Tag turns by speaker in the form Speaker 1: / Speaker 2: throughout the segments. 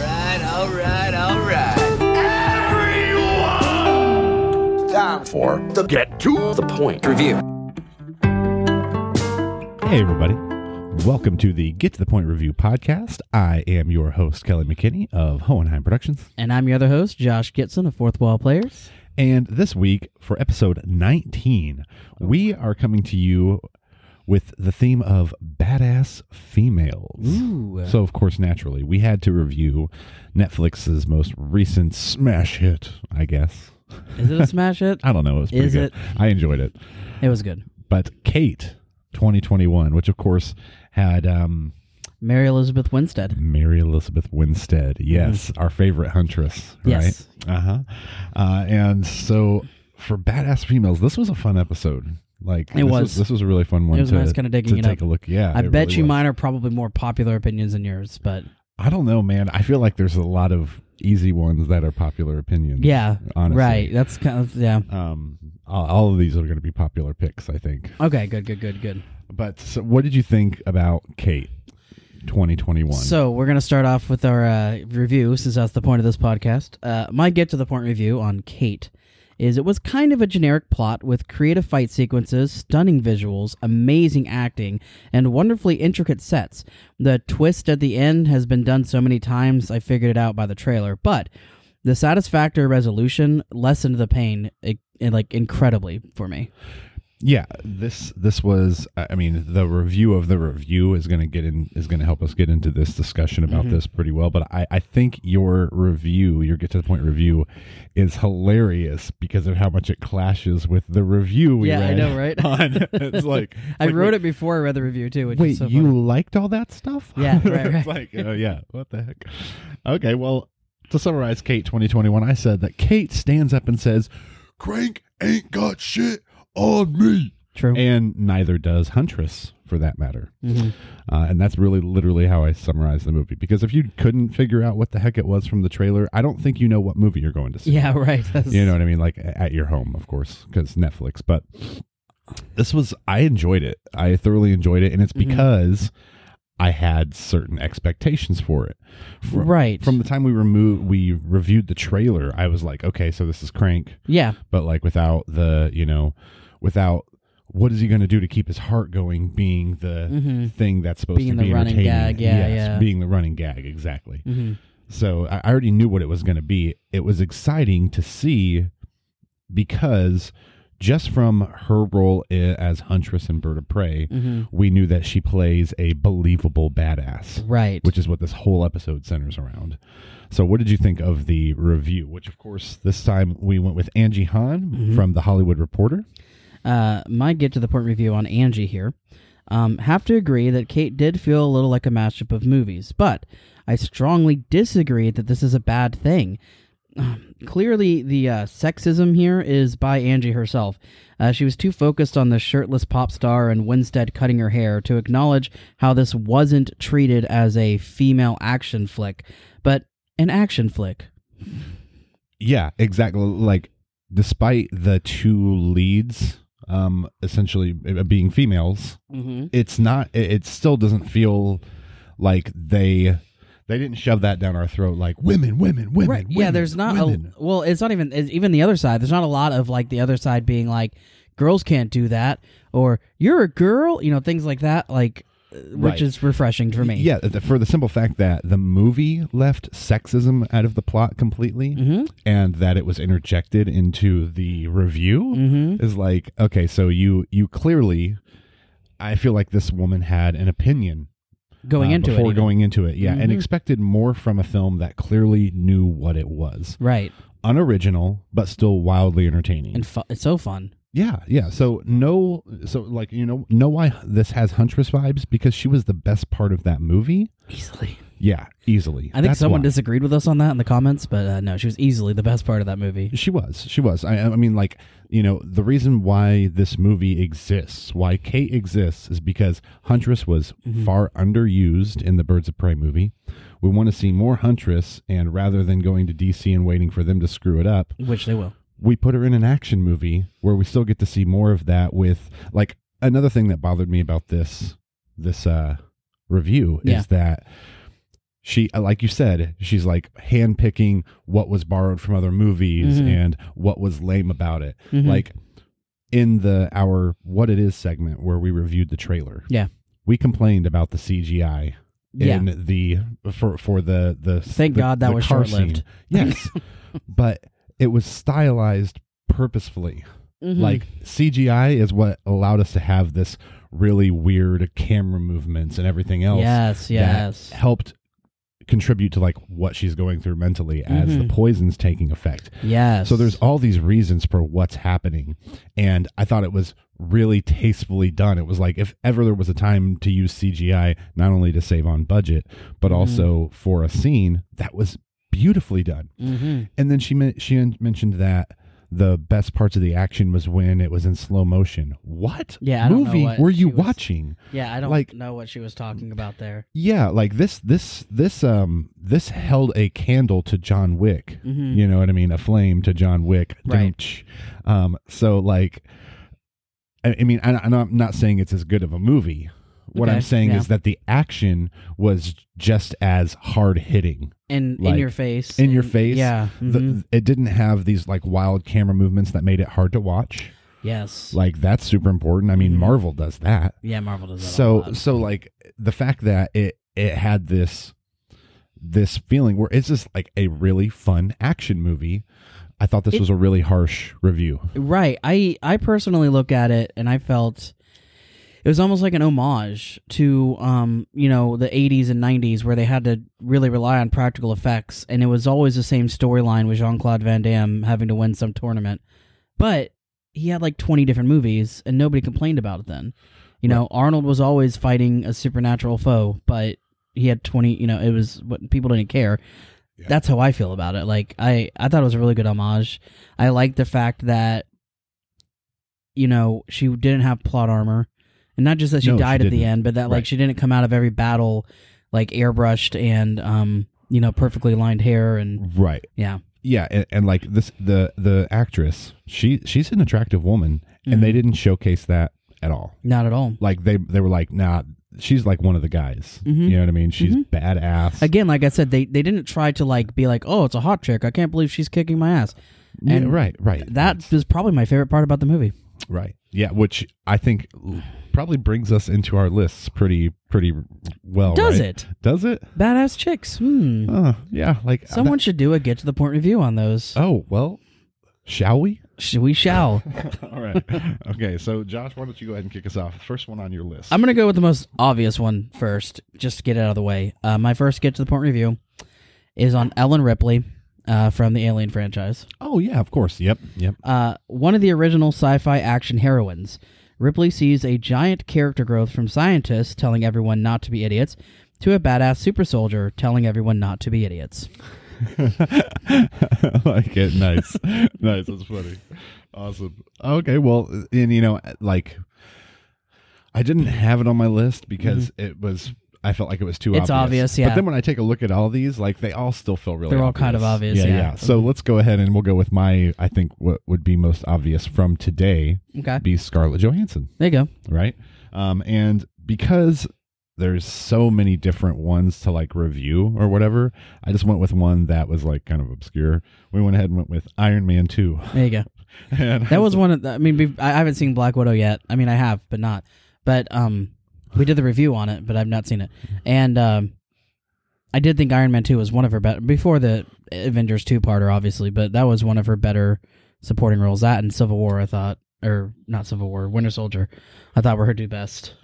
Speaker 1: all right, all right.
Speaker 2: Time for the Get to the Point
Speaker 1: Review.
Speaker 3: Hey, everybody. Welcome to the Get to the Point Review podcast. I am your host, Kelly McKinney of Hohenheim Productions.
Speaker 4: And I'm your other host, Josh Kitson of Fourth Wall Players.
Speaker 3: And this week, for episode 19, we are coming to you with the theme of badass females.
Speaker 4: Ooh.
Speaker 3: So, of course, naturally, we had to review Netflix's most recent smash hit, I guess.
Speaker 4: Is it a smash hit?
Speaker 3: I don't know. It was pretty
Speaker 4: Is
Speaker 3: good.
Speaker 4: it?
Speaker 3: I enjoyed it.
Speaker 4: It was good.
Speaker 3: But Kate 2021, which, of course, had. Um,
Speaker 4: Mary Elizabeth Winstead.
Speaker 3: Mary Elizabeth Winstead. Yes, our favorite huntress. Right?
Speaker 4: Mm-hmm. Yes.
Speaker 3: Uh-huh. Uh And so for badass females, this was a fun episode. Like this
Speaker 4: was.
Speaker 3: this was a really fun one.
Speaker 4: It was
Speaker 3: to,
Speaker 4: nice kinda digging
Speaker 3: to
Speaker 4: it
Speaker 3: take
Speaker 4: up.
Speaker 3: a look. Yeah,
Speaker 4: I
Speaker 3: it
Speaker 4: bet
Speaker 3: really
Speaker 4: you
Speaker 3: was.
Speaker 4: mine are probably more popular opinions than yours, but
Speaker 3: I don't know, man. I feel like there's a lot of easy ones that are popular opinions.
Speaker 4: yeah,
Speaker 3: honestly.
Speaker 4: right. That's kind of yeah.
Speaker 3: Um, all, all of these are going to be popular picks, I think.
Speaker 4: Okay, good, good, good, good.
Speaker 3: But so what did you think about Kate, 2021?
Speaker 4: So we're gonna start off with our uh, review, since that's the point of this podcast. Uh, my get to the point review on Kate is it was kind of a generic plot with creative fight sequences, stunning visuals, amazing acting, and wonderfully intricate sets. The twist at the end has been done so many times I figured it out by the trailer, but the satisfactory resolution lessened the pain eh, eh, like incredibly for me.
Speaker 3: yeah this this was i I mean the review of the review is going to get in is going to help us get into this discussion about
Speaker 4: Mm-hmm.
Speaker 3: this pretty well but i i think your review your get to the point review is hilarious because of how much it clashes with the review we
Speaker 4: Yeah, I
Speaker 3: read
Speaker 4: know, right?
Speaker 3: on- it's like
Speaker 4: I
Speaker 3: like,
Speaker 4: wrote
Speaker 3: wait,
Speaker 4: it before I read the review too. Which
Speaker 3: wait
Speaker 4: is so
Speaker 3: you
Speaker 4: funny.
Speaker 3: liked all that stuff
Speaker 4: Yeah, right,
Speaker 3: It's
Speaker 4: right.
Speaker 3: like oh yeah what the heck okay well to summarize kate 2021 i said that kate stands up and says crank ain't got shit on me
Speaker 4: true.
Speaker 3: and neither does Huntress, for that matter.
Speaker 4: Mhm.
Speaker 3: Uh, and that's really literally how I summarize the movie. Because if you couldn't figure out what the heck it was from the trailer, I don't think you know what movie you're going to see.
Speaker 4: Yeah, right. That's,
Speaker 3: You know what I mean? Like a- at your home, of course, because Netflix. But this was, I enjoyed it. I thoroughly enjoyed it. And it's because I had certain expectations for it. From,
Speaker 4: Right.
Speaker 3: From the time we removed, we reviewed the trailer, I was like, okay, so this is Crank
Speaker 4: yeah.
Speaker 3: but like without the you know without what is he going to do to keep his heart going being the
Speaker 4: Mhm.
Speaker 3: thing that's supposed
Speaker 4: Being
Speaker 3: to be
Speaker 4: the running
Speaker 3: entertaining.
Speaker 4: gag, yeah, yeah.
Speaker 3: being the running gag exactly
Speaker 4: hmm
Speaker 3: so i I already knew what it was going to be it was exciting to see because just from her role i- as huntress and bird of prey
Speaker 4: Mhm.
Speaker 3: we knew that she plays a believable badass
Speaker 4: Right.
Speaker 3: which is what this whole episode centers around. So, what did you think of the review? Which, of course, this time we went with Angie Hahn
Speaker 4: Mm-hmm.
Speaker 3: from The Hollywood Reporter.
Speaker 4: uh, my get to the point review on Angie here. Um, have to agree that Kate did feel a little like a mashup of movies, but I strongly disagree that this is a bad thing. Um, Clearly, the uh, sexism here is by Angie herself. Uh, she was too focused on the shirtless pop star and Winstead cutting her hair to acknowledge how this wasn't treated as a female action flick, but an action flick.
Speaker 3: Yeah, exactly. Like, despite the two leads um, essentially uh, being females,
Speaker 4: Mm-hmm.
Speaker 3: it's not. It, it still doesn't feel like they they didn't shove that down our throat. Like women, women, women.
Speaker 4: right yeah
Speaker 3: women,
Speaker 4: there's not
Speaker 3: women."
Speaker 4: a well it's not even it's even the other side there's not a lot of like the other side being like girls can't do that or you're a girl you know things like that like uh, which
Speaker 3: Right.
Speaker 4: is refreshing for me
Speaker 3: Yeah, th- for the simple fact that the movie left sexism out of the plot completely
Speaker 4: Mm-hmm.
Speaker 3: and that it was interjected into the review
Speaker 4: Mm-hmm.
Speaker 3: is like, okay, so you you clearly I feel like this woman had an opinion
Speaker 4: going
Speaker 3: uh,
Speaker 4: into it
Speaker 3: before
Speaker 4: even. Mm-hmm.
Speaker 3: going into it. Yeah, and expected more from a film that clearly knew what it was.
Speaker 4: right
Speaker 3: Unoriginal, but still wildly entertaining.
Speaker 4: and fu- it's so fun
Speaker 3: Yeah, yeah. So no, so like you know, know why this has Huntress vibes because she was the best part of that movie.
Speaker 4: easily
Speaker 3: Yeah, easily.
Speaker 4: i think
Speaker 3: That's
Speaker 4: someone
Speaker 3: why.
Speaker 4: disagreed with us on that in the comments but uh, no she was easily the best part of that movie
Speaker 3: She was. She was. I, I mean, like, you know, the reason why this movie exists, why Kate exists, is because Huntress was far underused in the Birds of Prey movie. We want to see more Huntress, and rather than going to DC and waiting for them to screw it up,
Speaker 4: which they will
Speaker 3: we put her in an action movie where we still get to see more of that with like another thing that bothered me about this this uh review
Speaker 4: Yeah.
Speaker 3: is that she like you said she's like handpicking what was borrowed from other movies
Speaker 4: Mhm.
Speaker 3: and what was lame about it
Speaker 4: Mhm.
Speaker 3: like in the our what it is segment where we reviewed the trailer
Speaker 4: Yeah.
Speaker 3: we complained about the cgi
Speaker 4: Yeah.
Speaker 3: in the for for the the
Speaker 4: Thank
Speaker 3: the-
Speaker 4: God that
Speaker 3: the
Speaker 4: was
Speaker 3: car scene.
Speaker 4: short-lived.
Speaker 3: yes but it was stylized purposefully
Speaker 4: Mhm.
Speaker 3: like cgi is what allowed us to have this really weird camera movements and everything else
Speaker 4: yes, yes.
Speaker 3: that helped contribute to like what she's going through mentally as
Speaker 4: Mm-hmm.
Speaker 3: the poison's taking effect.
Speaker 4: Yes.
Speaker 3: So there's all these reasons for what's happening and I thought it was really tastefully done. It was like if ever there was a time to use CGI not only to save on budget but
Speaker 4: Mm-hmm.
Speaker 3: also for a scene that was beautifully done.
Speaker 4: hmm
Speaker 3: And then she men- she mentioned that the best parts of the action was when it was in slow motion. What
Speaker 4: Yeah, I don't know
Speaker 3: movie
Speaker 4: what
Speaker 3: were you
Speaker 4: she was-
Speaker 3: watching?
Speaker 4: Yeah, I don't
Speaker 3: Like-
Speaker 4: know what she was talking about there.
Speaker 3: yeah like this this this um this held a candle to john wick
Speaker 4: Mhm.
Speaker 3: you know what i mean a flame to john wick
Speaker 4: Right.
Speaker 3: Dunch. um so like i, I mean I, I know i'm not saying it's as good of a movie what
Speaker 4: Okay,
Speaker 3: i'm saying
Speaker 4: yeah.
Speaker 3: is that the action was just as hard hitting
Speaker 4: And in
Speaker 3: Like,
Speaker 4: your face.
Speaker 3: in your
Speaker 4: and-
Speaker 3: face
Speaker 4: Yeah.
Speaker 3: The-
Speaker 4: mhm.
Speaker 3: it didn't have these like wild camera movements that made it hard to watch
Speaker 4: yes.
Speaker 3: like that's super important i mean
Speaker 4: Mm-hmm.
Speaker 3: marvel does that
Speaker 4: yeah, Marvel does that. a
Speaker 3: so
Speaker 4: lot.
Speaker 3: so like the fact that it it had this this feeling where it's just like a really fun action movie i thought this
Speaker 4: It-
Speaker 3: was a really harsh review
Speaker 4: Right. I I personally look at it and I felt it was almost like an homage to um, you know, the 80s and 90s where they had to really rely on practical effects and it was always the same storyline with Jean-Claude Van Damme having to win some tournament. But he had like 20 different movies and nobody complained about it then. You know, Arnold was always fighting a supernatural foe, but he had 20, you know, it was what people didn't care. That's how I feel about it. Like I I thought it was a really good homage. I like the fact that you know she didn't have plot armor, and not just that she
Speaker 3: No, she
Speaker 4: died at the
Speaker 3: didn't.
Speaker 4: end, but that like
Speaker 3: Right.
Speaker 4: she didn't come out of every battle like airbrushed and um you know perfectly lined hair and
Speaker 3: right
Speaker 4: yeah
Speaker 3: yeah and, and like this the the actress she she's an attractive woman and
Speaker 4: Mm-hmm.
Speaker 3: they didn't showcase that at all
Speaker 4: not at all.
Speaker 3: like they they were like nah she's like one of the guys
Speaker 4: Mhm.
Speaker 3: you know what i mean she's badass
Speaker 4: Again, like I said, they they didn't try to like be like oh it's a hot chick. I can't believe she's kicking my ass.
Speaker 3: Yeah,
Speaker 4: and
Speaker 3: right right
Speaker 4: That was probably my favorite part about the movie.
Speaker 3: Right. Yeah, which I think probably brings us into our lists pretty pretty well.
Speaker 4: Does
Speaker 3: right?
Speaker 4: it?
Speaker 3: Does it?
Speaker 4: Badass chicks. Hmm.
Speaker 3: Uh, yeah. Like
Speaker 4: Someone
Speaker 3: that-
Speaker 4: should do a get to the point review on those.
Speaker 3: oh well, shall we?
Speaker 4: Sh- we shall.
Speaker 3: All right. okay. So Josh, why don't you go ahead and kick us off? First one on your list.
Speaker 4: I'm gonna go with the most obvious one first, just to get it out of the way. Uh, my first get to the point review is on Ellen Ripley uh, from the Alien franchise.
Speaker 3: oh yeah, of course. Yep. Yep.
Speaker 4: Uh, one of the original sci-fi action heroines, Ripley sees a giant character growth from scientists telling everyone not to be idiots to a badass super soldier telling everyone not to be idiots.
Speaker 3: I like it. Nice. nice. That's funny. Awesome. Okay. Well, and you know, like, I didn't have it on my list because it was. I felt like it was too
Speaker 4: Mm-hmm. It's
Speaker 3: obvious.
Speaker 4: obvious, yeah.
Speaker 3: But then when I take a look at all these, like they all still feel really
Speaker 4: They're all kind of obvious,
Speaker 3: Yeah,
Speaker 4: yeah.
Speaker 3: So let's go ahead and we'll go with my I think what would be most obvious from today
Speaker 4: Okay,
Speaker 3: be Scarlett Johansson
Speaker 4: there you go.
Speaker 3: right? Um, and because there's so many different ones to like review or whatever, I just went with one that was like kind of obscure. We went ahead and went with Iron Man Two.
Speaker 4: There you go.
Speaker 3: And
Speaker 4: That was one of the, I mean, be- I haven't seen Black Widow yet. I mean, I have, but not. But um, we did the review on it, but I've not seen it. And um, I did think Iron Man Two was one of her better before the Avengers two parter, obviously. But that was one of her better supporting roles. That and Civil War, I thought, or not Civil War, Winter Soldier, I thought were her two best.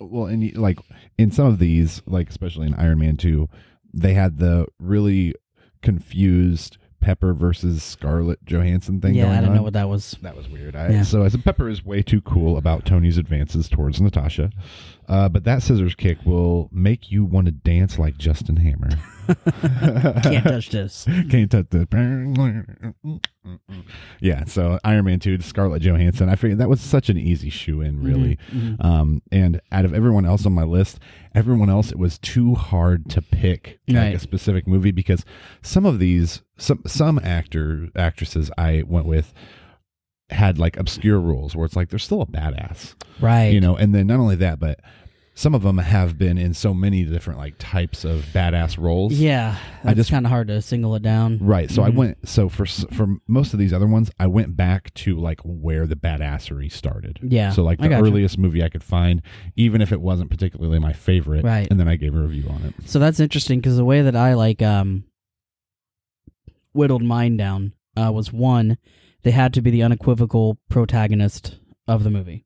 Speaker 3: well, and you- like in some of these, like especially in Iron Man Two, they had the really confused Pepper versus Scarlett Johansson thing.
Speaker 4: Yeah,
Speaker 3: going
Speaker 4: I don't
Speaker 3: on.
Speaker 4: know what that was.
Speaker 3: That was weird. I,
Speaker 4: Yeah.
Speaker 3: So I said Pepper is way too cool about Tony's advances towards Natasha, uh, but that scissors kick will make you want to dance like Justin Hammer.
Speaker 4: Can't touch this.
Speaker 3: Can't touch the. Yeah, so Iron Man two, Scarlett Johansson. I figured that was such an easy shoe
Speaker 4: Mm-hmm,
Speaker 3: in, really. Um, and out of everyone else on my list, everyone else it was too hard to pick like
Speaker 4: Right.
Speaker 3: a specific movie because some of these, some some actor actresses I went with had like obscure roles where it's like they're still a badass,
Speaker 4: Right.
Speaker 3: you know. And then not only that, but some of them have been in so many different like types of badass roles.
Speaker 4: Yeah,
Speaker 3: I
Speaker 4: it's
Speaker 3: just-
Speaker 4: kind of hard to single it down.
Speaker 3: Right. So I
Speaker 4: Mm-hmm.
Speaker 3: went. So for s- for most of these other ones, I went back to like where the badassery started.
Speaker 4: Yeah,
Speaker 3: So like
Speaker 4: I
Speaker 3: the
Speaker 4: gotcha.
Speaker 3: earliest movie I could find, even if it wasn't particularly my favorite.
Speaker 4: Right.
Speaker 3: And then I gave a review on it.
Speaker 4: So that's interesting because the way that I like um whittled mine down uh, was one, they had to be the unequivocal protagonist of the movie,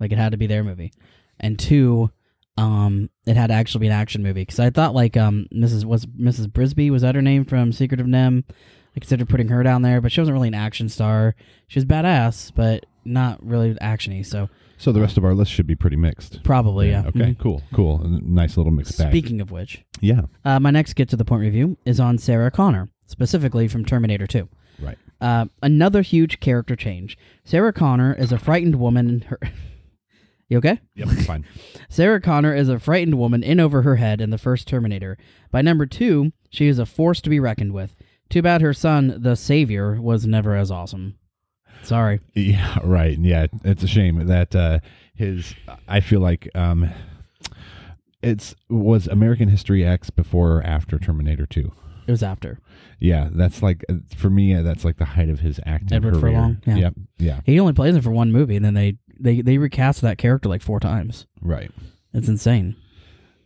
Speaker 4: like it had to be their movie, and two, um, it had to actually be an action movie because I thought like um Mrs. was Mrs. Brisby was that her name from Secret of Nem? I considered putting her down there, but she wasn't really an action star. She was badass, but not really actiony. So
Speaker 3: So the rest of our list should be pretty mixed.
Speaker 4: probably yeah. Mm-hmm.
Speaker 3: Okay. Cool. Cool. And Nice little mixed bag.
Speaker 4: Speaking of which,
Speaker 3: Yeah.
Speaker 4: Uh, my next get to the point review is on Sarah Connor, specifically from Terminator 2.
Speaker 3: Right.
Speaker 4: Uh, another huge character change. Sarah Connor is a frightened woman. In her, you okay?
Speaker 3: Yep. Fine.
Speaker 4: Sarah Connor is a frightened woman in over her head in the first Terminator. By number two, she is a force to be reckoned with. Too bad her son, the Savior, was never as awesome. Sorry.
Speaker 3: Yeah, right. Yeah, it's a shame that uh, his. I feel like um, it's was American History X before or after Terminator Two.
Speaker 4: It was after.
Speaker 3: Yeah, that's like uh, for me. uh, That's like the height of his acting
Speaker 4: Edward
Speaker 3: career.
Speaker 4: Furlong, yeah.
Speaker 3: Yep. Yeah.
Speaker 4: He only plays it for one movie, and then they, they, they recast that character like four times.
Speaker 3: Right.
Speaker 4: It's insane.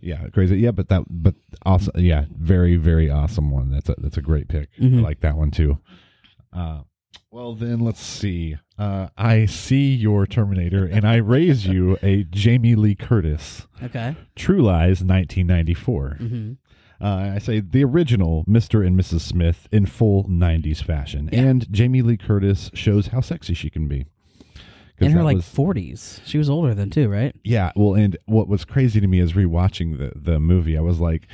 Speaker 3: Yeah. Crazy. Yeah, but that. But also, yeah, very, very awesome one. That's a that's a great pick. I
Speaker 4: Mhm.
Speaker 3: like that one too. Uh, well, then let's see. Uh, I see your Terminator, and I raise you a Jamie Lee Curtis.
Speaker 4: Okay.
Speaker 3: True Lies, 1994.
Speaker 4: Mm-hmm.
Speaker 3: Uh, I say the original Mr. and Mrs. Smith in full 90s fashion. And Jamie Lee Curtis shows how sexy she can be. 'Cause
Speaker 4: in her
Speaker 3: that
Speaker 4: like
Speaker 3: was-
Speaker 4: 40s. She was older then too, right?
Speaker 3: yeah, well, and what was crazy to me is rewatching the, the movie, I was like,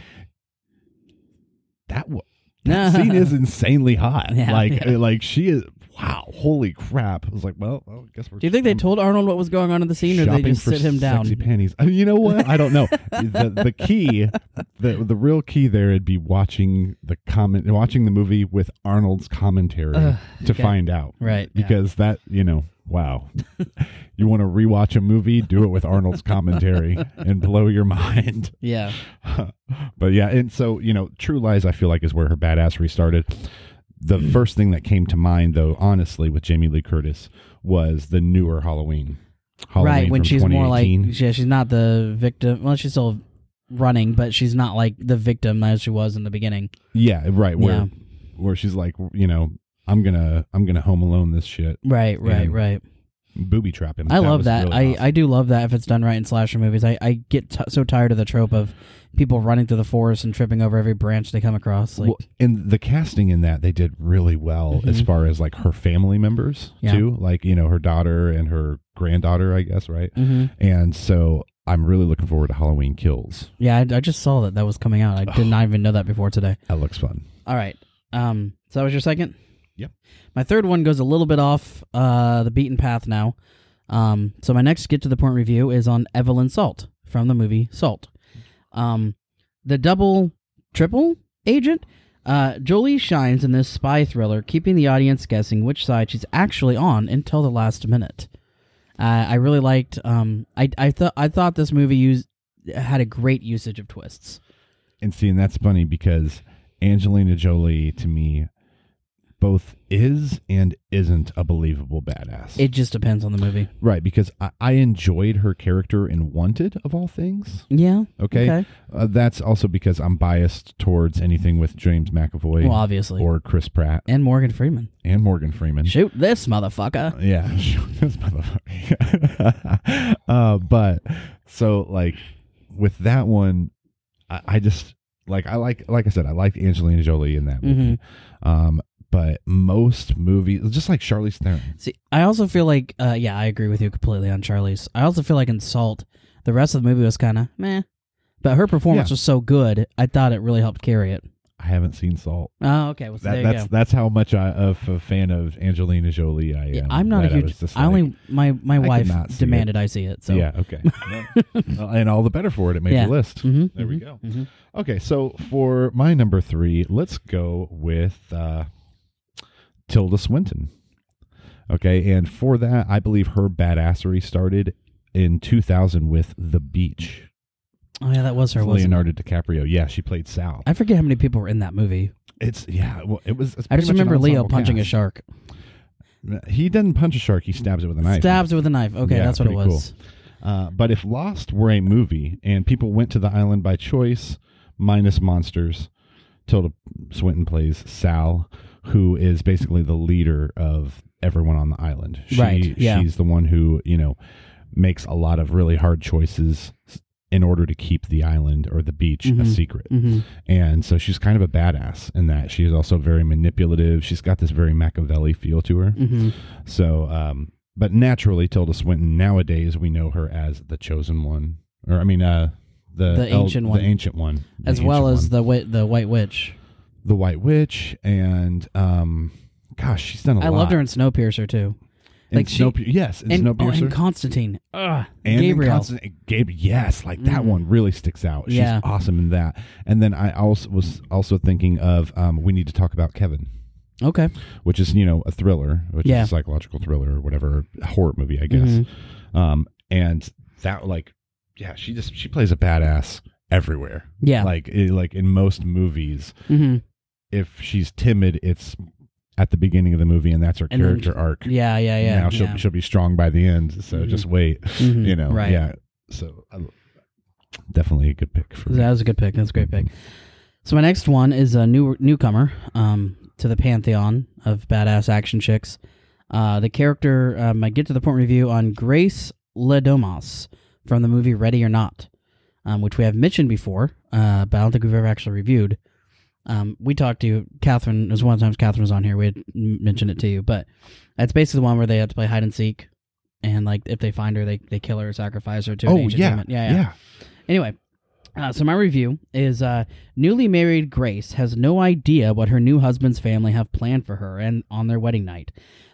Speaker 3: that, wa- that scene is insanely hot.
Speaker 4: Yeah,
Speaker 3: like, uh,
Speaker 4: yeah.
Speaker 3: like she is, wow, holy crap. I was like, well, well I guess we're
Speaker 4: Do you think they told Arnold what was going on in the scene, or they
Speaker 3: Mm. shopping
Speaker 4: just
Speaker 3: for
Speaker 4: sit him down?
Speaker 3: Sexy panties. Uh, You know what? I don't know. the, the key, the the real key there would be watching the comment, watching the movie with Arnold's commentary to
Speaker 4: okay.
Speaker 3: find out.
Speaker 4: Right, yeah.
Speaker 3: Because that you know, wow. you want to rewatch a movie? Do it with Arnold's commentary and blow your mind.
Speaker 4: Yeah,
Speaker 3: But yeah, and so you know, True Lies, I feel like is where her badass restarted. The
Speaker 4: Mm.
Speaker 3: first thing that came to mind, though, honestly, with Jamie Lee Curtis was the newer Halloween. Halloween
Speaker 4: right. When
Speaker 3: from
Speaker 4: she's more like,
Speaker 3: 2018.
Speaker 4: yeah, she's not the victim. Well, she's still running, but she's not like the victim as she was in the beginning.
Speaker 3: yeah, right, where
Speaker 4: Yeah.
Speaker 3: where she's like, you know, I'm gonna I'm gonna Home Alone this shit,
Speaker 4: Right, right,
Speaker 3: And
Speaker 4: right.
Speaker 3: booby trap him.
Speaker 4: I love
Speaker 3: was
Speaker 4: that.
Speaker 3: really
Speaker 4: I
Speaker 3: awesome.
Speaker 4: I do love that if it's done right in slasher movies. I I get t- so tired of the trope of people running through the forest and tripping over every branch they come across. Like, Mm-hmm.
Speaker 3: Well, and the casting in that they did really well as far as like her family members
Speaker 4: Yeah.
Speaker 3: too, like you know her daughter and her granddaughter, I guess, right?
Speaker 4: Mhm.
Speaker 3: And so I'm really looking forward to Halloween Kills.
Speaker 4: yeah, I, I just saw that that was coming out. I did not even know that before today.
Speaker 3: That looks fun.
Speaker 4: All right. Um, so that was your second.
Speaker 3: Yep.
Speaker 4: My third one goes a little bit off uh, the beaten path now. Um, so my next get to the point review is on Evelyn Salt from the movie Salt. Um, the double, triple agent. Uh, Jolie shines in this spy thriller, keeping the audience guessing which side she's actually on until the last minute. Uh, I really liked. Um, I I thought I thought this movie used had a great usage of twists.
Speaker 3: And see, and that's funny because Angelina Jolie to me both is and isn't a believable badass.
Speaker 4: It just depends on the movie.
Speaker 3: right, because I, I enjoyed her character in Wanted of all things.
Speaker 4: Yeah.
Speaker 3: Okay.
Speaker 4: Okay.
Speaker 3: Uh, that's also because I'm biased towards anything with James McAvoy
Speaker 4: Well, obviously.
Speaker 3: or Chris Pratt
Speaker 4: and Morgan Freeman.
Speaker 3: and Morgan Freeman.
Speaker 4: Shoot this motherfucker.
Speaker 3: Yeah, this motherfucker. uh, but so like with that one, I, I just like I like like I said I liked Angelina Jolie in that
Speaker 4: Mm-hmm.
Speaker 3: movie. Um, but most movies, just like Charlize Theron,
Speaker 4: See, I also feel like, uh, yeah, I agree with you completely on Charlie's. I also feel like in Salt, the rest of the movie was kind of meh, but her performance
Speaker 3: Yeah.
Speaker 4: was so good, I thought it really helped carry it.
Speaker 3: I haven't seen Salt.
Speaker 4: Oh, okay. Well, so
Speaker 3: That,
Speaker 4: there you
Speaker 3: that's
Speaker 4: go.
Speaker 3: that's how much I, of a fan of Angelina Jolie I am.
Speaker 4: Yeah, I'm not a
Speaker 3: That
Speaker 4: huge.
Speaker 3: was just
Speaker 4: I
Speaker 3: like-
Speaker 4: only my my
Speaker 3: could
Speaker 4: wife
Speaker 3: not see it.
Speaker 4: demanded I see it. So
Speaker 3: Yeah. Okay. Well, and all the better for it. It made
Speaker 4: Yeah.
Speaker 3: the list.
Speaker 4: Mhm,
Speaker 3: There we
Speaker 4: mhm,
Speaker 3: go.
Speaker 4: mhm.
Speaker 3: Okay. So for my number three, let's go with uh, Tilda Swinton. Okay, and for that, I believe her badassery started in 2000 with The Beach.
Speaker 4: Oh yeah, that was her. Wasn't it?
Speaker 3: Leonardo DiCaprio. Yeah, she played Sal.
Speaker 4: I forget how many people were in that movie.
Speaker 3: It's yeah. Well, it was. it's
Speaker 4: I
Speaker 3: pretty
Speaker 4: just
Speaker 3: much an
Speaker 4: remember Leo
Speaker 3: ensemble
Speaker 4: punching a
Speaker 3: cast.
Speaker 4: shark.
Speaker 3: He doesn't punch a shark. He stabs it with a knife.
Speaker 4: Stabs it with a knife. Okay,
Speaker 3: Yeah,
Speaker 4: that's what it
Speaker 3: pretty
Speaker 4: was.
Speaker 3: Uh, but if Lost were a movie and people went to the island by choice, minus monsters, Tilda Swinton plays Sal, who is basically the leader of everyone on the island. She,
Speaker 4: Right, yeah.
Speaker 3: She's the one who, you know, makes a lot of really hard choices in order to keep the island or the beach a secret.
Speaker 4: Mhm.
Speaker 3: And so she's kind of a badass in that she is also very manipulative. She's got this very Machiavelli feel to her.
Speaker 4: Mhm.
Speaker 3: So, um, but naturally, Tilda Swinton nowadays we know her as the chosen one, or I mean, uh, the
Speaker 4: The
Speaker 3: el-
Speaker 4: ancient one.
Speaker 3: the ancient one, The
Speaker 4: As well
Speaker 3: ancient one.
Speaker 4: as the wi- the White Witch.
Speaker 3: the White Witch, and um, gosh, she's done a
Speaker 4: I
Speaker 3: lot.
Speaker 4: loved her in Snowpiercer too.
Speaker 3: In
Speaker 4: like she-
Speaker 3: Snowpier- yes, in
Speaker 4: and, oh,
Speaker 3: Snowpiercer,
Speaker 4: and Constantine. Ugh.
Speaker 3: and in
Speaker 4: Gabriel. Mm-hmm.
Speaker 3: Constant- Gab- yes, like that one really sticks out. She's
Speaker 4: Yeah.
Speaker 3: awesome in that. And then I also was also thinking of um, we need to talk about Kevin.
Speaker 4: okay.
Speaker 3: which is you know a thriller, which
Speaker 4: Yeah.
Speaker 3: is a psychological thriller or whatever horror movie, I guess.
Speaker 4: Mm-hmm.
Speaker 3: Um, and that like, yeah, she just she plays a badass everywhere.
Speaker 4: Yeah.
Speaker 3: Like i- like in most movies,
Speaker 4: Mhm.
Speaker 3: if she's timid, it's at the beginning of the movie, and that's her
Speaker 4: And then-
Speaker 3: character arc.
Speaker 4: Yeah, yeah, yeah.
Speaker 3: now she'll
Speaker 4: yeah.
Speaker 3: she'll be strong by the end. So just wait,
Speaker 4: Mhm.
Speaker 3: you know,
Speaker 4: Right.
Speaker 3: yeah. So I, definitely a good pick for me.
Speaker 4: That was a good pick. That's a great pick. So my next one is a new newcomer um, to the pantheon of badass action chicks. Uh, the character um, I get to the point review on Grace Ledomas from the movie Ready or Not, um, which we have mentioned before, uh, but I don't think we've ever actually reviewed. Um, we talked to Catherine. There's one time Catherine was on here. We had m- mentioned it to you, but that's basically the one where they have to play hide and seek, and like if they find her, they, they kill her, sacrifice her to an
Speaker 3: Oh
Speaker 4: ancient
Speaker 3: yeah,
Speaker 4: demon. yeah, yeah. Anyway, uh, so my review is uh, newly married Grace has no idea what her new husband's family have planned for her and on their wedding night.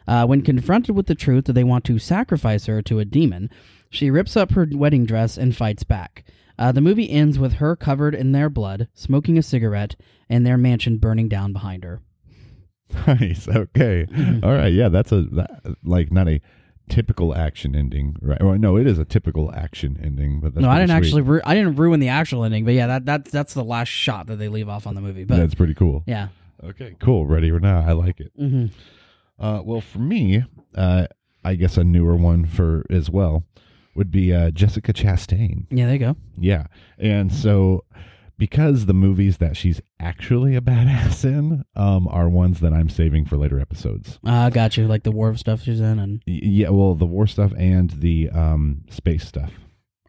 Speaker 4: Uh, when confronted with the truth that they want to sacrifice her to a demon, she rips up her wedding dress and fights back. Uh, the movie ends with her covered in their blood, smoking a cigarette, and their mansion burning down behind her.
Speaker 3: Nice. Okay.
Speaker 4: Mm-hmm.
Speaker 3: All right. Yeah, that's a that, like not a typical action ending, right? Well, no, it is a typical action ending, but that's
Speaker 4: no, I
Speaker 3: pretty
Speaker 4: didn't
Speaker 3: sweet.
Speaker 4: actually. Ru- I didn't ruin the actual ending, but yeah, that, that that's the last shot that they leave off on the movie. But
Speaker 3: That's pretty cool.
Speaker 4: yeah,
Speaker 3: Okay. Cool. Ready or not? I like it.
Speaker 4: hmm
Speaker 3: Uh, well, for me, uh, I guess a newer one for as well would be uh, Jessica Chastain.
Speaker 4: yeah, there you go.
Speaker 3: Yeah, and
Speaker 4: Mm-hmm.
Speaker 3: so because the movies that she's actually a badass in um, are ones that I'm saving for later episodes.
Speaker 4: Uh, got you. Like the war stuff she's in, and
Speaker 3: Y- yeah, well, the war stuff and the um, space stuff.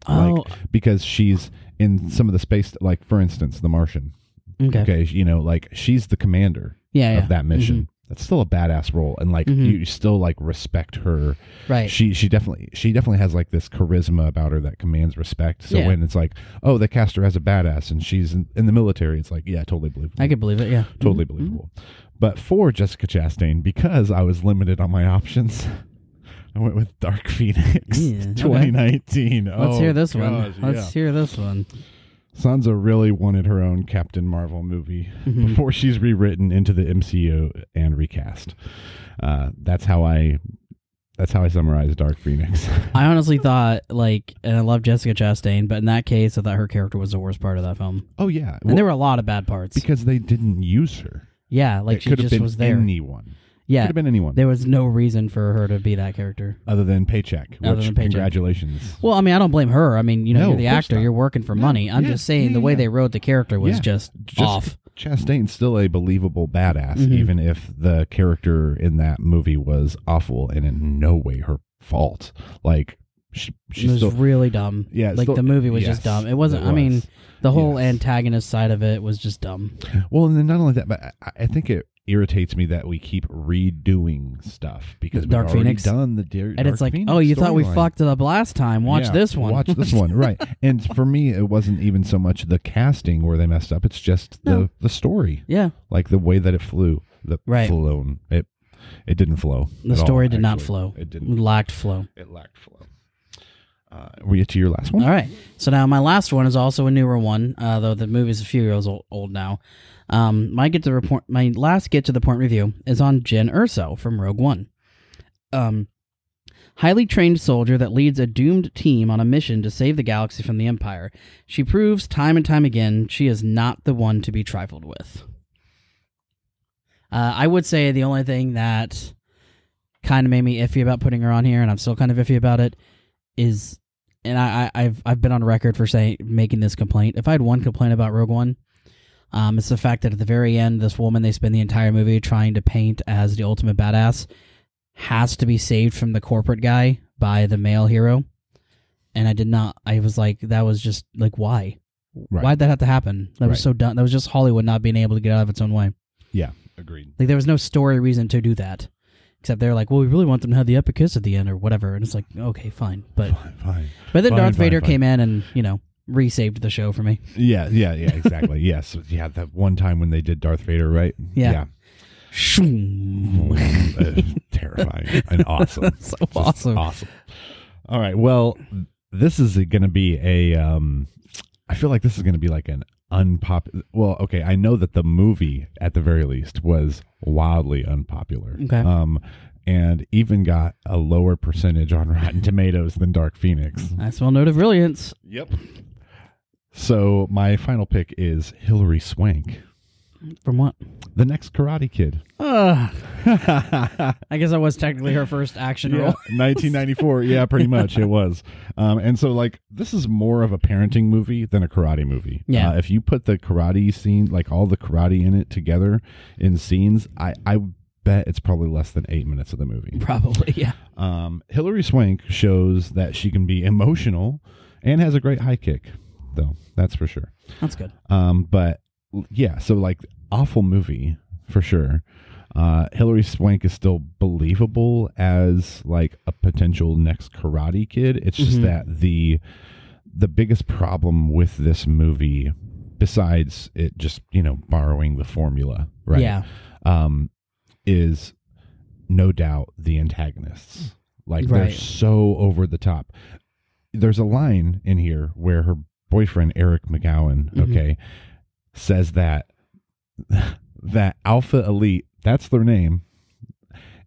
Speaker 4: oh,
Speaker 3: like because she's in some of the space like for instance the martian
Speaker 4: okay.
Speaker 3: okay you know like she's the commander
Speaker 4: Yeah, yeah. Mm-hmm.
Speaker 3: of that mission that's still a badass role and like
Speaker 4: Mhm.
Speaker 3: you still like respect her
Speaker 4: Mm-hmm. Right.
Speaker 3: she she definitely she definitely has like this charisma about her that commands respect so
Speaker 4: Yeah.
Speaker 3: when it's like oh the caster has a badass and she's in, in the military it's like yeah totally believable
Speaker 4: I could believe it. Yeah. Mm-hmm.
Speaker 3: totally believable but for jessica chastain because i was limited on my options i went with dark phoenix
Speaker 4: Yeah, okay.
Speaker 3: 2019
Speaker 4: Let's
Speaker 3: Oh,
Speaker 4: hear this one.
Speaker 3: gosh,
Speaker 4: Let's
Speaker 3: yeah.
Speaker 4: hear this one.
Speaker 3: Sansa really wanted her own Captain Marvel movie
Speaker 4: Mm-hmm.
Speaker 3: before she's rewritten into the MCU and recast. Uh, that's how I. That's how I summarize Dark Phoenix.
Speaker 4: I honestly thought like, and I love Jessica Chastain, but in that case, I thought her character was the worst part of that film,
Speaker 3: oh yeah,
Speaker 4: and there were a lot of bad parts.
Speaker 3: because they didn't use her.
Speaker 4: yeah, like
Speaker 3: it
Speaker 4: she
Speaker 3: could have
Speaker 4: just
Speaker 3: been
Speaker 4: was there.
Speaker 3: anyone.
Speaker 4: yeah,
Speaker 3: Could have been anyone
Speaker 4: there was no reason for her to be that character.
Speaker 3: other than paycheck.
Speaker 4: Other
Speaker 3: which
Speaker 4: than Paycheck.
Speaker 3: congratulations.
Speaker 4: Well, I mean, I don't blame her. I mean, you know,
Speaker 3: No,
Speaker 4: you're the
Speaker 3: of course
Speaker 4: actor,
Speaker 3: not.
Speaker 4: you're working for money. I'm
Speaker 3: yeah,
Speaker 4: just saying the
Speaker 3: yeah,
Speaker 4: way
Speaker 3: yeah.
Speaker 4: they wrote the character was
Speaker 3: Yeah.
Speaker 4: just,
Speaker 3: Jessica
Speaker 4: off.
Speaker 3: Chastain's still a believable badass,
Speaker 4: Mhm.
Speaker 3: even if the character in that movie was awful and in no way her fault. Like she,
Speaker 4: it
Speaker 3: she's
Speaker 4: was
Speaker 3: still
Speaker 4: really dumb.
Speaker 3: Yeah,
Speaker 4: like
Speaker 3: still-
Speaker 4: the movie was
Speaker 3: yes,
Speaker 4: just dumb. It wasn't.
Speaker 3: it
Speaker 4: I mean,
Speaker 3: was.
Speaker 4: the whole
Speaker 3: Yes.
Speaker 4: antagonist side of it was just dumb.
Speaker 3: Well, and then not only that, but I, I think it irritates me that we keep redoing stuff because we've
Speaker 4: Dark
Speaker 3: already
Speaker 4: Phoenix.
Speaker 3: done the Dar-
Speaker 4: And it's
Speaker 3: Dark
Speaker 4: like,
Speaker 3: Phoenix
Speaker 4: oh, you thought we
Speaker 3: storyline.
Speaker 4: fucked it up last time. Watch
Speaker 3: Yeah,
Speaker 4: this one.
Speaker 3: Watch this one, right? And for me, it wasn't even so much the casting where they messed up; it's just the the story,
Speaker 4: Yeah,
Speaker 3: like the way that it flew, the
Speaker 4: Right.
Speaker 3: flown. It it didn't flow.
Speaker 4: the
Speaker 3: at all,
Speaker 4: story did not
Speaker 3: actually.
Speaker 4: flow.
Speaker 3: It didn't.
Speaker 4: lacked flow.
Speaker 3: It lacked flow. Uh, were you to your last one?
Speaker 4: All right. So now my last one is also a newer one, uh, though the movie's a few years old, old now. Um, my get to the point, my last get to the point review is on Jin Urso from Rogue One. Um, highly trained soldier that leads a doomed team on a mission to save the galaxy from the Empire. She proves time and time again she is not the one to be trifled with. Uh, I would say the only thing that kind of made me iffy about putting her on here, and I'm still kind of iffy about it, is, and I, I, I've I've been on record for saying making this complaint. If I had one complaint about Rogue One, um, it's the fact that at the very end, this woman they spend the entire movie trying to paint as the ultimate badass has to be saved from the corporate guy by the male hero, and I did not. I was like, that was just like why.
Speaker 3: Right.
Speaker 4: Why'd that have to happen? That was
Speaker 3: Right.
Speaker 4: so dumb. That was just Hollywood not being able to get out of its own way.
Speaker 3: Yeah, agreed.
Speaker 4: Like there was no story reason to do that, except they're like, well, we really want them to have the epic kiss at the end or whatever, and it's like, okay, fine, but
Speaker 3: Fine, fine.
Speaker 4: but then
Speaker 3: Fine,
Speaker 4: Darth
Speaker 3: fine,
Speaker 4: Vader
Speaker 3: fine.
Speaker 4: came in and you know resaved the show for me.
Speaker 3: Yeah, yeah, yeah, exactly. yes, yeah, that one time when they did Darth Vader, right?
Speaker 4: Yeah. Shoom.
Speaker 3: Mm, uh, terrifying and awesome.
Speaker 4: So
Speaker 3: Just
Speaker 4: awesome.
Speaker 3: Awesome. All right. Well, this is going to be a. Um, I feel like this is going to be like an unpopular. Well, okay. I know that the movie, at the very least, was wildly unpopular.
Speaker 4: Okay.
Speaker 3: Um, and even got a lower percentage on Rotten Tomatoes than Dark Phoenix.
Speaker 4: I smell note of brilliance.
Speaker 3: Yep. So my final pick is Hilary Swank,
Speaker 4: From what?
Speaker 3: the next Karate Kid.
Speaker 4: Ugh. I guess I was technically her first action
Speaker 3: Yeah,
Speaker 4: role.
Speaker 3: 1994. Yeah, pretty much it was. Um, and so like this is more of a parenting movie than a karate movie.
Speaker 4: Yeah.
Speaker 3: Uh, if you put the karate scene, like all the karate in it together in scenes, I I bet it's probably less than eight minutes of the movie.
Speaker 4: Probably, yeah.
Speaker 3: Um, Hilary Swank shows that she can be emotional and has a great high kick, though that's for sure.
Speaker 4: That's good.
Speaker 3: Um, but yeah, so like awful movie for sure. Uh, Hilary Swank is still believable as like a potential next Karate Kid. It's just
Speaker 4: Mhm.
Speaker 3: that the the biggest problem with this movie, besides it just you know borrowing the formula, right?
Speaker 4: Yeah.
Speaker 3: um, is no doubt the antagonists. Like
Speaker 4: Right.
Speaker 3: they're so over the top. There's a line in here where her boyfriend Eric McGowan,
Speaker 4: Mhm.
Speaker 3: okay, says that that Alpha Elite, that's their name,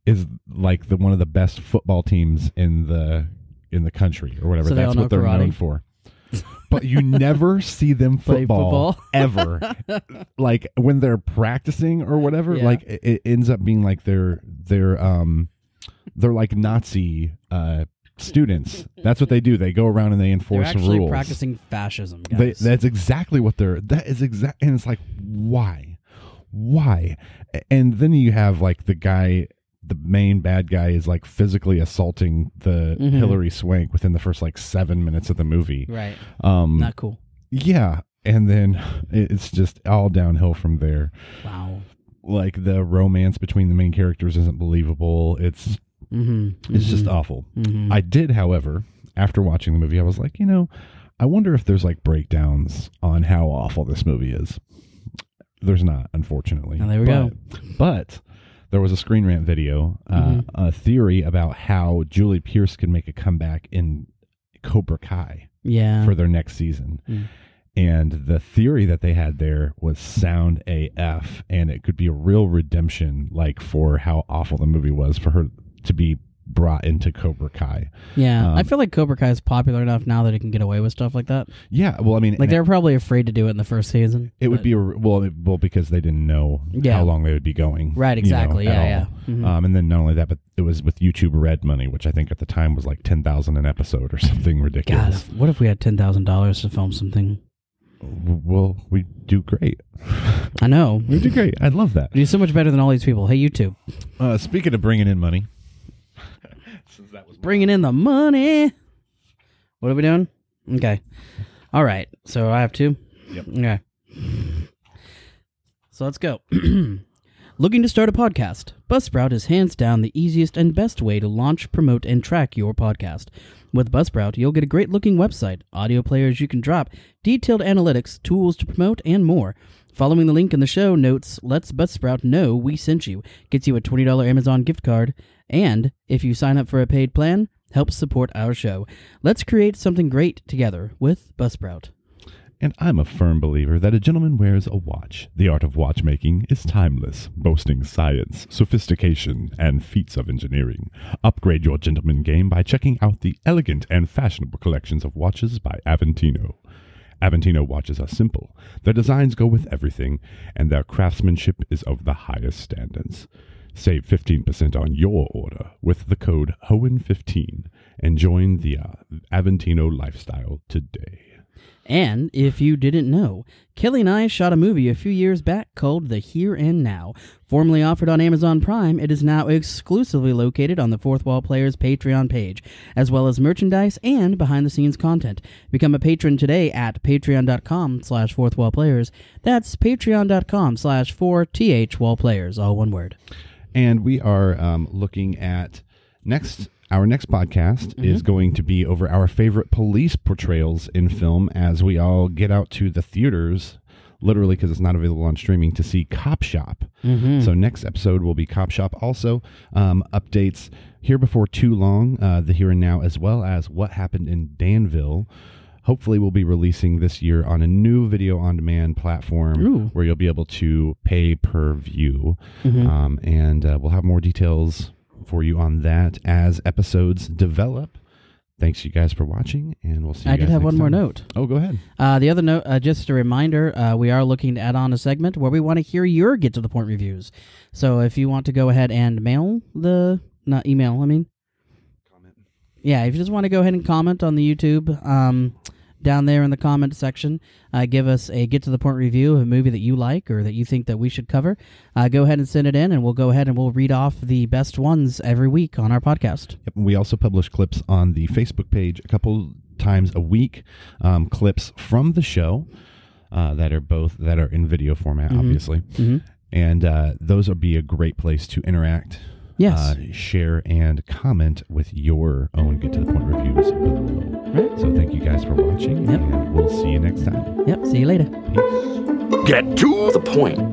Speaker 3: is like the one of the best football teams in the in the country or whatever.
Speaker 4: So they
Speaker 3: that's
Speaker 4: all
Speaker 3: what
Speaker 4: know
Speaker 3: they're known
Speaker 4: karate?
Speaker 3: for. But you never see them
Speaker 4: Play
Speaker 3: football,
Speaker 4: football.
Speaker 3: ever like when they're practicing or whatever
Speaker 4: Yeah.
Speaker 3: like it, it ends up being like they're they're um they're like nazi uh students that's what they do they go around and they
Speaker 4: They're
Speaker 3: enforce
Speaker 4: actually
Speaker 3: rules
Speaker 4: practicing fascism,
Speaker 3: they,
Speaker 4: guys.
Speaker 3: that's exactly what they're that is exact and it's like why why A- and then you have like the guy the main bad guy is like physically assaulting the
Speaker 4: Mhm.
Speaker 3: hillary swank within the first like seven minutes of the movie
Speaker 4: right.
Speaker 3: um
Speaker 4: Not cool.
Speaker 3: yeah and then it- it's just all downhill from there
Speaker 4: Wow.
Speaker 3: like the romance between the main characters isn't believable. It's
Speaker 4: Mm-hmm.
Speaker 3: it's just awful.
Speaker 4: Mm-hmm.
Speaker 3: I did, however, after watching the movie, I was like, you know, I wonder if there's like breakdowns on how awful this movie is. There's not, unfortunately.
Speaker 4: And Ah, there we
Speaker 3: but, go. But there was a screen rant video, uh,
Speaker 4: Mhm.
Speaker 3: a theory about how Julie Pierce could make a comeback in Cobra Kai
Speaker 4: yeah.
Speaker 3: for their next season.
Speaker 4: Mm.
Speaker 3: And the theory that they had there was sound AF, and it could be a real redemption, like for how awful the movie was for her to be brought into Cobra Kai.
Speaker 4: yeah. I
Speaker 3: um,
Speaker 4: feel like Cobra Kai is popular enough now that it can get away with stuff like that.
Speaker 3: Yeah, well, I mean,
Speaker 4: Like
Speaker 3: and it,
Speaker 4: they're probably afraid to do it in the first season.
Speaker 3: it would
Speaker 4: but-
Speaker 3: be a, well, it- well because they didn't know
Speaker 4: Yeah.
Speaker 3: how long they would be going.
Speaker 4: Right,
Speaker 3: you know,
Speaker 4: exactly.
Speaker 3: at
Speaker 4: Yeah,
Speaker 3: all.
Speaker 4: yeah. Mhm.
Speaker 3: Um, and then not only that, but it was with YouTube Red money, which I think at the time was like ten thousand an episode or something
Speaker 4: God,
Speaker 3: ridiculous.
Speaker 4: if- what if we had ten thousand dollars to film something?
Speaker 3: W- Well, we do great.
Speaker 4: I know.
Speaker 3: We do great. I love that.
Speaker 4: We do so much better than all these people. Hey, YouTube,
Speaker 3: Uh, speaking of bringing in money,
Speaker 4: bringing in the money. What are we doing? Okay. All right. So I have two.
Speaker 3: Yep.
Speaker 4: Okay. So let's go. Looking to start a podcast? Buzzsprout is hands down the easiest and best way to launch, promote, and track your podcast. With Buzzsprout, you'll get a great looking website, audio players you can drop, detailed analytics, tools to promote, and more. Following the link in the show notes lets Buzzsprout know we sent you, gets you a $20 Amazon gift card, and if you sign up for a paid plan, helps support our show. Let's create something great together with Buzzsprout.
Speaker 3: And I'm a firm believer that a gentleman wears a watch. The art of watchmaking is timeless, boasting science, sophistication, and feats of engineering. Upgrade your gentleman game by checking out the elegant and fashionable collections of watches by Aventino. Aventino watches are simple, their designs go with everything, and their craftsmanship is of the highest standards. Save 15% on your order with the code HOEN15 and join the uh, Aventino lifestyle today.
Speaker 4: And if you didn't know, Kelly and I shot a movie a few years back called The Here and Now. Formerly offered on Amazon Prime, it is now exclusively located on the Fourth Wall Players Patreon page, as well as merchandise and behind-the-scenes content. Become a patron today at patreon.com slash fourth wall players. That's patreon.com slash four th wall players, all one word.
Speaker 3: and we are um, looking at next our next podcast is going to be over our favorite police portrayals in film as we all get out to the theaters literally because it's not available on streaming to see cop shop so next episode will be cop shop also um, updates here before too long uh, the here and now as well as what happened in danville hopefully we'll be releasing this year on a new video on demand platform where you'll be able to pay per view
Speaker 4: Mm-hmm.
Speaker 3: um, and uh, we'll have more details for you on that as episodes develop thanks you guys for watching and we'll see you
Speaker 4: I did
Speaker 3: guys
Speaker 4: have
Speaker 3: next
Speaker 4: one more
Speaker 3: time.
Speaker 4: note.
Speaker 3: oh go ahead
Speaker 4: Uh, the other note, uh, just a reminder, uh, we are looking to add on a segment where we want to hear your get to the point reviews. So if you want to go ahead and mail the, not email, I mean, yeah, if you just want to go ahead and comment on the YouTube, um, down there in the comment section, uh, give us a get to the point review of a movie that you like or that you think that we should cover. Uh, go ahead and send it in, and we'll go ahead and we'll read off the best ones every week on our podcast.
Speaker 3: Yep, and we also publish clips on the Facebook page a couple times a week. Um, clips from the show uh, that are both that are in video format,
Speaker 4: Mm-hmm.
Speaker 3: obviously, and uh, those would be a great place to interact.
Speaker 4: Yes.
Speaker 3: uh, share and comment with your own get to the point reviews below.
Speaker 4: Right.
Speaker 3: So thank you guys for watching,
Speaker 4: Yep.
Speaker 3: and we'll see you next time.
Speaker 4: Yep. See you later.
Speaker 3: Peace.
Speaker 2: Get to the point.